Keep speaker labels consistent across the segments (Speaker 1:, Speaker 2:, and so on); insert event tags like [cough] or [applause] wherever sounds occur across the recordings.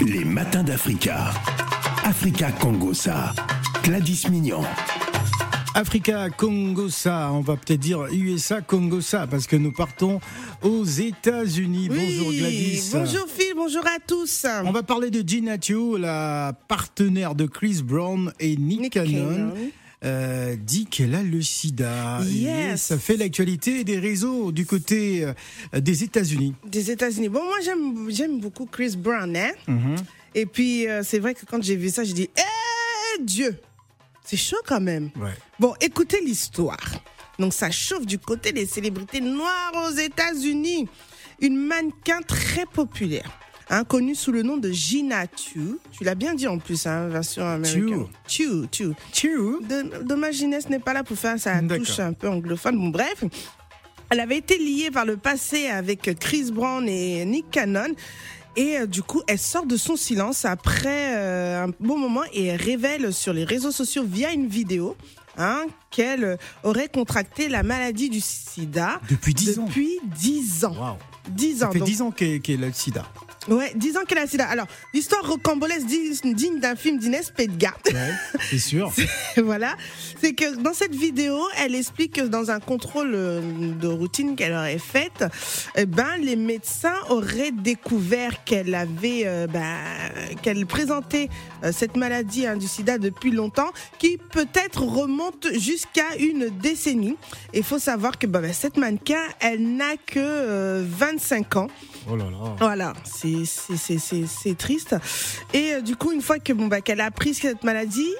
Speaker 1: Les matins d'Africa. Africa Congosa. Gladys Mignon.
Speaker 2: Africa, Congosa, on va peut-être dire USA, Congosa, parce que nous partons aux États-Unis.
Speaker 3: Oui,
Speaker 2: bonjour Gladys.
Speaker 3: Bonjour Phil, bonjour à tous.
Speaker 2: On va parler de Gina Tio, la partenaire de Chris Brown et Nick,
Speaker 3: Nick
Speaker 2: Cannon.
Speaker 3: Cannon.
Speaker 2: euh, dit qu'elle a le sida.
Speaker 3: Yes.
Speaker 2: Et ça fait l'actualité des réseaux du côté euh, des États-Unis.
Speaker 3: Des États-Unis. Bon, moi j'aime j'aime beaucoup Chris Brown, hein.
Speaker 2: Mhm.
Speaker 3: Et puis euh, c'est vrai que quand j'ai vu ça, j'ai dit, eh Dieu, c'est chaud quand même.
Speaker 2: Ouais.
Speaker 3: Bon, écoutez l'histoire. Donc ça chauffe du côté des célébrités noires aux États-Unis. Une mannequin très populaire, hein, connue sous le nom de Gina Chu. Tu l'as bien dit en plus, hein, version américaine. Chu, Chu.
Speaker 2: Tio,
Speaker 3: De- Dommage, Inès n'est pas là pour faire sa
Speaker 2: D'accord.
Speaker 3: touche un peu anglophone. Bon, bref. Elle avait été liée par le passé avec Chris Brown et Nick Cannon. Et euh, du coup, elle sort de son silence après euh, un bon moment et elle révèle sur les réseaux sociaux via une vidéo hein, qu'elle euh, aurait contracté la maladie du sida
Speaker 2: depuis 10 ans.
Speaker 3: depuis 10 ans.
Speaker 2: Waouh.
Speaker 3: 10 ans.
Speaker 2: Ça fait
Speaker 3: donc.
Speaker 2: 10 ans qu'elle qu'elle a le sida.
Speaker 3: Ouais, 10 ans qu'elle a le sida. Alors, l'histoire rocambolesque digne digne d'un film d'Inès Pedga.
Speaker 2: Ouais, [laughs] c'est sûr.
Speaker 3: [laughs] voilà, c'est que dans cette vidéo, elle explique que dans un contrôle euh, de routine qu'elle aurait faite, eh ben, les médecins auraient découvert qu'elle avait, euh, bah, qu'elle présentait euh, cette maladie hein, du sida depuis longtemps, qui peut-être remonte jusqu'à une décennie. Et il faut savoir que bah, bah, cette mannequin, elle n'a que euh, 25 ans.
Speaker 2: Oh là là.
Speaker 3: Voilà, c'est- c'est- c'est c'est- c'est triste. Et euh, du coup, une fois que bon bah qu'elle a appris cette maladie,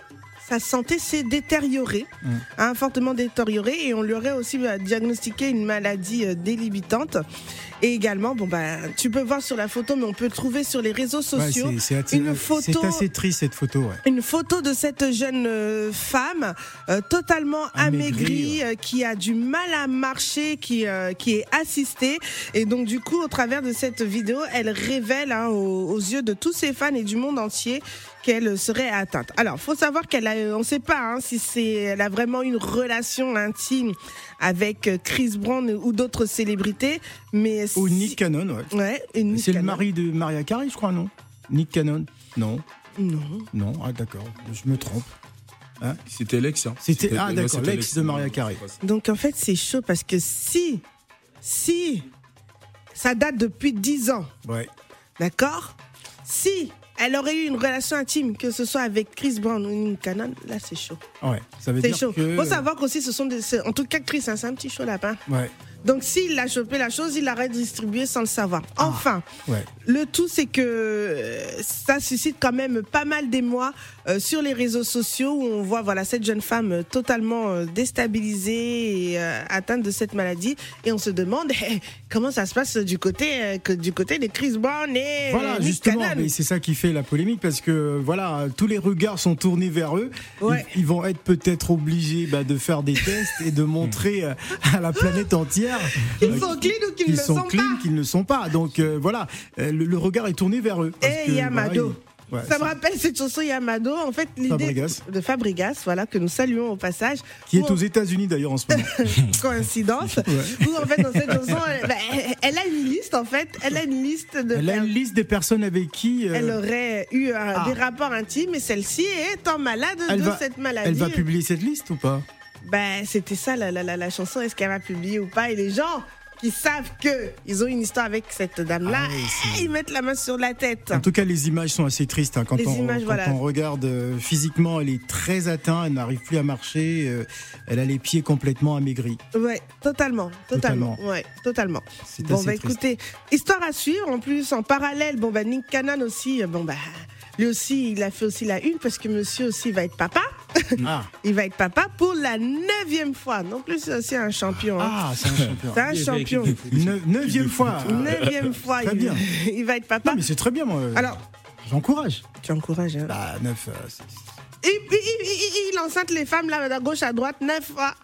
Speaker 3: sa santé s'est détériorée,
Speaker 2: Mm.
Speaker 3: hein, fortement détériorée, et on lui aurait aussi bah, diagnostiqué une maladie euh, délibitante. Et également, bon bah tu peux voir sur la photo, mais on peut le trouver sur les réseaux
Speaker 2: Ouais,
Speaker 3: sociaux.
Speaker 2: c'est- c'est assez-
Speaker 3: une photo-
Speaker 2: C'est assez triste cette photo. Ouais.
Speaker 3: Une photo de cette jeune euh, femme euh, totalement
Speaker 2: Amaigrie,
Speaker 3: amaigrie, euh, qui a du mal à marcher, qui, euh, qui est assistée. Et donc du coup, au travers de cette vidéo, elle révèle hein, aux, aux yeux de tous ses fans et du monde entier qu'elle serait atteinte. Alors, faut savoir qu'elle a, euh, on ne sait pas hein, si c'est, elle a vraiment une relation intime avec euh, Chris Brown ou d'autres célébrités, mais
Speaker 2: Au
Speaker 3: si-
Speaker 2: Nick Cannon, ouais.
Speaker 3: ouais, et Nick
Speaker 2: C'est le
Speaker 3: Cannon.
Speaker 2: mari de Maria Carey, je crois, non Nick Cannon Non,
Speaker 3: Non.
Speaker 2: non, ah d'accord, je me trompe.
Speaker 4: C'était l'ex. Hein.
Speaker 2: C'était- ah,
Speaker 4: ouais,
Speaker 2: d'accord,
Speaker 4: c'était
Speaker 2: l'ex de Maria Carey.
Speaker 3: Donc en fait, c'est chaud parce que si, si, ça date depuis 10 ans,
Speaker 2: Ouais.
Speaker 3: d'accord Si elle aurait eu une relation intime, que ce soit avec Chris Brown ou Nick Cannon, là c'est chaud.
Speaker 2: Ouais, ça veut
Speaker 3: C'est
Speaker 2: dire
Speaker 3: chaud.
Speaker 2: que.
Speaker 3: Faut savoir qu'aussi, ce sont des. c'est- En tout cas, Chris, hein, c'est un petit chaud lapin.
Speaker 2: Ouais,
Speaker 3: Donc s'il a chopé la chose, il l'aurait distribuée sans le savoir.
Speaker 2: Ah.
Speaker 3: Enfin,
Speaker 2: ouais.
Speaker 3: le tout, c'est que euh, ça suscite quand même pas mal d'émoi euh, sur les réseaux sociaux où on voit voilà cette jeune femme euh, totalement euh, déstabilisée et euh, atteinte de cette maladie et on se demande [laughs] eh, comment ça se passe du côté euh, que du côté de Chris Brown et
Speaker 2: Voilà,
Speaker 3: euh, Nick
Speaker 2: justement,
Speaker 3: Cannon.
Speaker 2: mais c'est ça qui fait la polémique parce que voilà, tous les regards sont tournés vers eux. Ils-
Speaker 3: Ouais.
Speaker 2: Ils, vont être peut-être obligés bah, de faire des tests et de montrer euh, à la planète entière
Speaker 3: [laughs] Qu'ils
Speaker 2: euh,
Speaker 3: sont clean ou qu'ils
Speaker 2: qu'ils
Speaker 3: ne le
Speaker 2: sont
Speaker 3: sont
Speaker 2: clean,
Speaker 3: pas.
Speaker 2: qu'ils ne le sont pas. Donc euh, voilà, euh, le, le regard est tourné vers eux. parce
Speaker 3: Eh,
Speaker 2: que,
Speaker 3: Yamado.
Speaker 2: voilà, ils- ouais,
Speaker 3: Ça me rappelle cette chanson Yamado, en fait l'idée
Speaker 2: Fabregas.
Speaker 3: de Fabregas, voilà que nous saluons au passage.
Speaker 2: Qui
Speaker 3: Où
Speaker 2: est
Speaker 3: on-
Speaker 2: aux États-Unis d'ailleurs en ce moment.
Speaker 3: [laughs] coïncidence où en fait dans cette chanson elle, bah, elle- elle a une liste en fait elle a une liste de
Speaker 2: [laughs] Elle a une
Speaker 3: elle,
Speaker 2: liste des personnes avec qui euh,
Speaker 3: aurait eu euh,
Speaker 2: Ah.
Speaker 3: des rapports intimes et celle-ci étant malade
Speaker 2: Elle
Speaker 3: de
Speaker 2: va-
Speaker 3: cette
Speaker 2: elle
Speaker 3: maladie
Speaker 2: va publier cette liste ou pas
Speaker 3: ben c'était ça la, la, la, la chanson est-ce qu'elle va publier ou pas et les gens qui savent que ils ont une histoire avec cette dame là
Speaker 2: Ah oui, c'est-
Speaker 3: ils mettent la main sur la tête
Speaker 2: En tout cas, les images sont assez tristes. hein, quand
Speaker 3: Les
Speaker 2: on,
Speaker 3: images,
Speaker 2: quand
Speaker 3: voilà.
Speaker 2: on regarde euh, physiquement, elle est très atteinte, elle n'arrive plus à marcher, euh, elle a les pieds complètement
Speaker 3: [laughs]
Speaker 2: amaigris.
Speaker 3: ouais totalement totalement,
Speaker 2: Totalement.
Speaker 3: ouais totalement
Speaker 2: C'est
Speaker 3: Bon,
Speaker 2: assez
Speaker 3: bah
Speaker 2: triste.
Speaker 3: écoutez, histoire à suivre. En plus, en parallèle, bon, bah Nick Cannon aussi, euh, bon, bah lui aussi, il a fait aussi la une parce que monsieur aussi va être papa. [laughs]
Speaker 2: Ah,
Speaker 3: Il va être papa pour la neuvième fois. Non plus, c'est aussi un champion. hein.
Speaker 2: ah, c'est un champion.
Speaker 3: c'est un champion.
Speaker 2: Neu- neuvième fois.
Speaker 3: Neuvième fois,
Speaker 2: Très
Speaker 3: il,
Speaker 2: bien.
Speaker 3: il va être papa.
Speaker 2: Non, mais c'est très bien, moi. euh,
Speaker 3: Alors,
Speaker 2: J'encourage.
Speaker 3: tu encourages. hein.
Speaker 2: Bah, neuf. euh, c'est- [laughs]
Speaker 3: Il, il- il- il- il enceinte les femmes là, à gauche, à droite, neuf fois.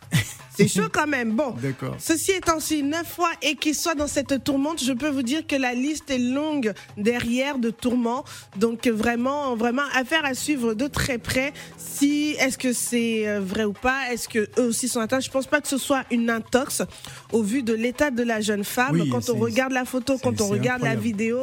Speaker 3: C'est chaud quand même. Bon,
Speaker 2: D'accord.
Speaker 3: Ceci étant, si neuf fois et qu'il soit dans cette tourmente, je peux vous dire que la liste est longue derrière de tourments. Donc euh, vraiment, vraiment affaire à suivre de très près. Si est-ce que c'est euh, vrai ou pas Est-ce que eux aussi sont atteints Je pense pas que ce soit une intox au vu de l'état de la jeune femme.
Speaker 2: Oui,
Speaker 3: quand on
Speaker 2: c'est-
Speaker 3: regarde la photo,
Speaker 2: c'est-
Speaker 3: quand on
Speaker 2: c'est
Speaker 3: regarde la
Speaker 2: incroyable.
Speaker 3: vidéo,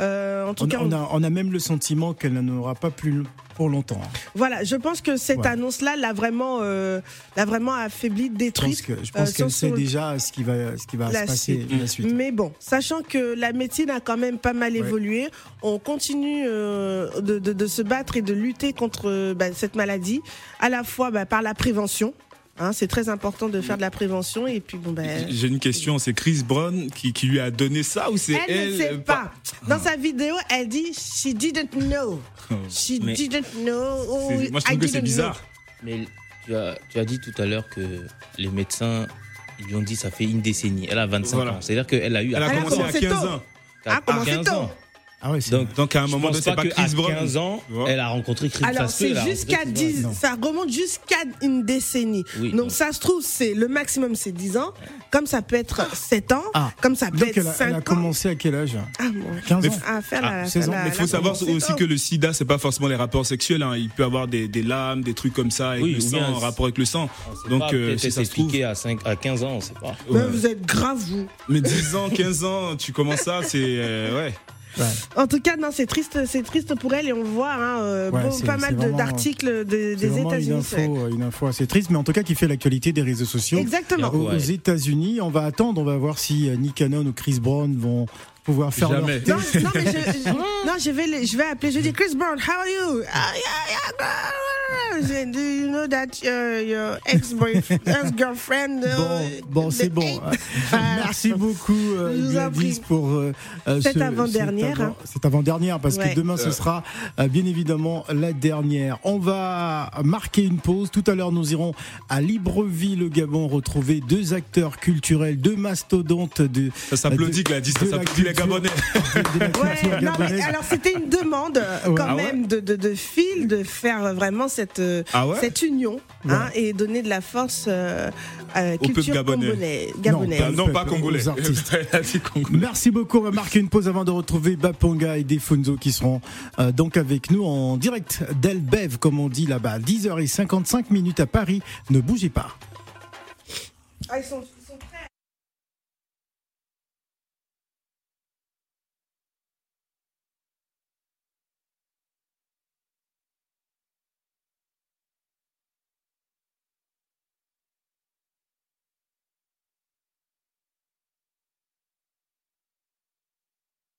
Speaker 3: euh, en tout
Speaker 2: On,
Speaker 3: cas,
Speaker 2: on a, on a même le sentiment qu'elle n'en aura pas plus pour longtemps.
Speaker 3: voilà. Je pense que cette
Speaker 2: Ouais.
Speaker 3: annonce-là l'a vraiment, euh, l'a vraiment affaiblie,
Speaker 2: Je pense
Speaker 3: détruite.
Speaker 2: que- je
Speaker 3: euh,
Speaker 2: pense qu'elle
Speaker 3: sur-
Speaker 2: sait
Speaker 3: sur-
Speaker 2: déjà ce qui va, ce qui va
Speaker 3: La
Speaker 2: se passer
Speaker 3: suite.
Speaker 2: la suite.
Speaker 3: Mais bon, sachant que la médecine a quand même pas mal
Speaker 2: Ouais.
Speaker 3: évolué, on continue euh, de, de- de se battre et de lutter contre euh, bah, cette maladie, à la fois bah, par la prévention. hein, c'est très important de faire de la prévention. Et puis, bon, bah, elle
Speaker 4: J'ai une question, c'est Chris Brown qui, qui lui a donné ça ou c'est elle
Speaker 3: ne sait
Speaker 4: euh,
Speaker 3: pas. Dans sa vidéo, elle dit She didn't know. She
Speaker 5: Mais-
Speaker 3: didn't know. Oh,
Speaker 4: C'est- Moi je trouve
Speaker 3: I
Speaker 4: que c'est
Speaker 3: didn't
Speaker 4: bizarre.
Speaker 5: Mais tu as, tu as dit tout à l'heure que les médecins ils lui ont dit ça fait une décennie. Elle a 25
Speaker 4: Voilà.
Speaker 5: ans. C'est-à-dire qu'elle a eu
Speaker 4: Elle
Speaker 3: Elle
Speaker 4: a
Speaker 3: a
Speaker 4: commencé à
Speaker 3: commencé
Speaker 4: 15
Speaker 3: tôt.
Speaker 4: ans.
Speaker 3: know. A commencé
Speaker 5: 15
Speaker 3: tôt.
Speaker 5: ans.
Speaker 2: Ah ouais, c'est-
Speaker 5: Donc,
Speaker 4: Donc à un
Speaker 5: je
Speaker 4: moment
Speaker 5: pense
Speaker 4: donné, c'est pas
Speaker 5: que à
Speaker 4: Chris Brown.
Speaker 5: 15 ans,
Speaker 4: Tu vois
Speaker 5: elle a rencontré Chris
Speaker 3: Alors,
Speaker 5: Sastre,
Speaker 3: c'est
Speaker 5: elle a
Speaker 3: jusqu'à
Speaker 5: rencontré Chris
Speaker 3: 10,
Speaker 5: Brown.
Speaker 3: ça remonte jusqu'à une décennie.
Speaker 5: Oui,
Speaker 3: donc,
Speaker 5: donc-
Speaker 3: ça se trouve, c'est le maximum, c'est 10 ans. Comme ça peut être 7 ans,
Speaker 2: Ah.
Speaker 3: comme ça peut
Speaker 2: donc
Speaker 3: être
Speaker 2: elle a,
Speaker 3: 5
Speaker 2: elle a
Speaker 3: ans.
Speaker 2: commencé à quel âge
Speaker 3: Ah, bon.
Speaker 2: 15
Speaker 4: Mais
Speaker 2: ans.
Speaker 3: À faire
Speaker 4: Ah,
Speaker 3: la,
Speaker 2: 16 ans.
Speaker 3: la-
Speaker 2: Mais
Speaker 3: la
Speaker 4: Il faut savoir
Speaker 3: commencer
Speaker 4: aussi
Speaker 3: tôt.
Speaker 4: que le sida, c'est pas forcément les rapports sexuels. hein. Il peut avoir des, des lames, des trucs comme ça, avec
Speaker 5: Oui,
Speaker 4: le
Speaker 5: ou
Speaker 4: sang,
Speaker 5: bien-
Speaker 4: en rapport avec le sang.
Speaker 5: On sait
Speaker 4: Donc,
Speaker 5: pas,
Speaker 4: euh,
Speaker 5: peut-être
Speaker 4: si
Speaker 5: elle
Speaker 4: ça
Speaker 5: s'est
Speaker 4: se trouve.
Speaker 5: piquée à, 5, à 15 ans, on sait pas.
Speaker 3: Mais
Speaker 4: Ouais.
Speaker 3: Ben, vous êtes grave, vous.
Speaker 4: Mais 10 ans, 15 ans, tu commences ça, c'est. euh, ouais.
Speaker 3: En tout cas, non, c'est triste, c'est triste pour elle et on voit hein, euh,
Speaker 2: Ouais,
Speaker 3: bon,
Speaker 2: c'est-
Speaker 3: pas mal
Speaker 2: c'est
Speaker 3: de-
Speaker 2: vraiment-
Speaker 3: d'articles de-
Speaker 2: C'est
Speaker 3: des
Speaker 2: vraiment une
Speaker 3: États-Unis. ouais.
Speaker 2: info, une info assez triste, mais en tout cas qui fait l'actualité des réseaux sociaux.
Speaker 3: Exactement.
Speaker 2: Aux,
Speaker 5: Ouais.
Speaker 2: aux États-Unis, on va attendre, on va voir si euh, Nick Cannon ou Chris Brown vont pouvoir faire leur
Speaker 4: Jamais.
Speaker 3: Non, non, mais je, je- non, je vais, les- je vais appeler. Je dis Chris Brown, how are you? Ah, yeah, yeah, girl. Do you know that uh, your ex-boyfriend, ex-girlfriend? uh,
Speaker 2: Bon, bon,
Speaker 3: the
Speaker 2: c'est bon. Ah,
Speaker 3: eight- Voilà.
Speaker 2: [laughs] Merci beaucoup euh,
Speaker 3: Je vous en
Speaker 2: Gladys
Speaker 3: prie.
Speaker 2: pour euh, euh,
Speaker 3: Cette
Speaker 2: ce-
Speaker 3: avant-dernière,
Speaker 2: Cette, avant,
Speaker 3: hein.
Speaker 2: cette avant-dernière parce que
Speaker 3: Ouais.
Speaker 2: demain ce sera euh, bien évidemment la dernière. On va marquer une pause. Tout à l'heure nous irons à Libreville au Gabon retrouver deux acteurs culturels, deux mastodontes de,
Speaker 4: Ça s'applaudit,
Speaker 2: Bah, De-
Speaker 4: Gladys,
Speaker 2: de
Speaker 4: ça
Speaker 2: la
Speaker 4: s'applaudit les
Speaker 2: culture.
Speaker 4: Gabonais.
Speaker 2: de la
Speaker 3: Ouais,
Speaker 2: culture
Speaker 3: non, mais
Speaker 2: gabonaise.
Speaker 3: alors c'était une demande euh,
Speaker 2: Ouais.
Speaker 3: quand
Speaker 4: Ah ouais
Speaker 3: même de, de, de Phil de faire euh, vraiment cette, euh,
Speaker 4: Ah ouais
Speaker 3: cette union hein, et donner de la force euh, euh,
Speaker 4: peuple
Speaker 3: culture
Speaker 4: gabonais.
Speaker 3: congolais- gabonaise.
Speaker 2: pas-
Speaker 4: Non, pas
Speaker 2: Aux
Speaker 4: congolais.
Speaker 2: artistes.
Speaker 4: [laughs] Elle a dit congolais.
Speaker 2: Merci beaucoup. On va marquer une pause avant de retrouver Baponga et Defunzo qui seront euh, donc avec nous en direct d'Elbev, comme on dit là-bas. 10h55 minutes à Paris. Ne bougez pas.
Speaker 3: Ah, ils sont-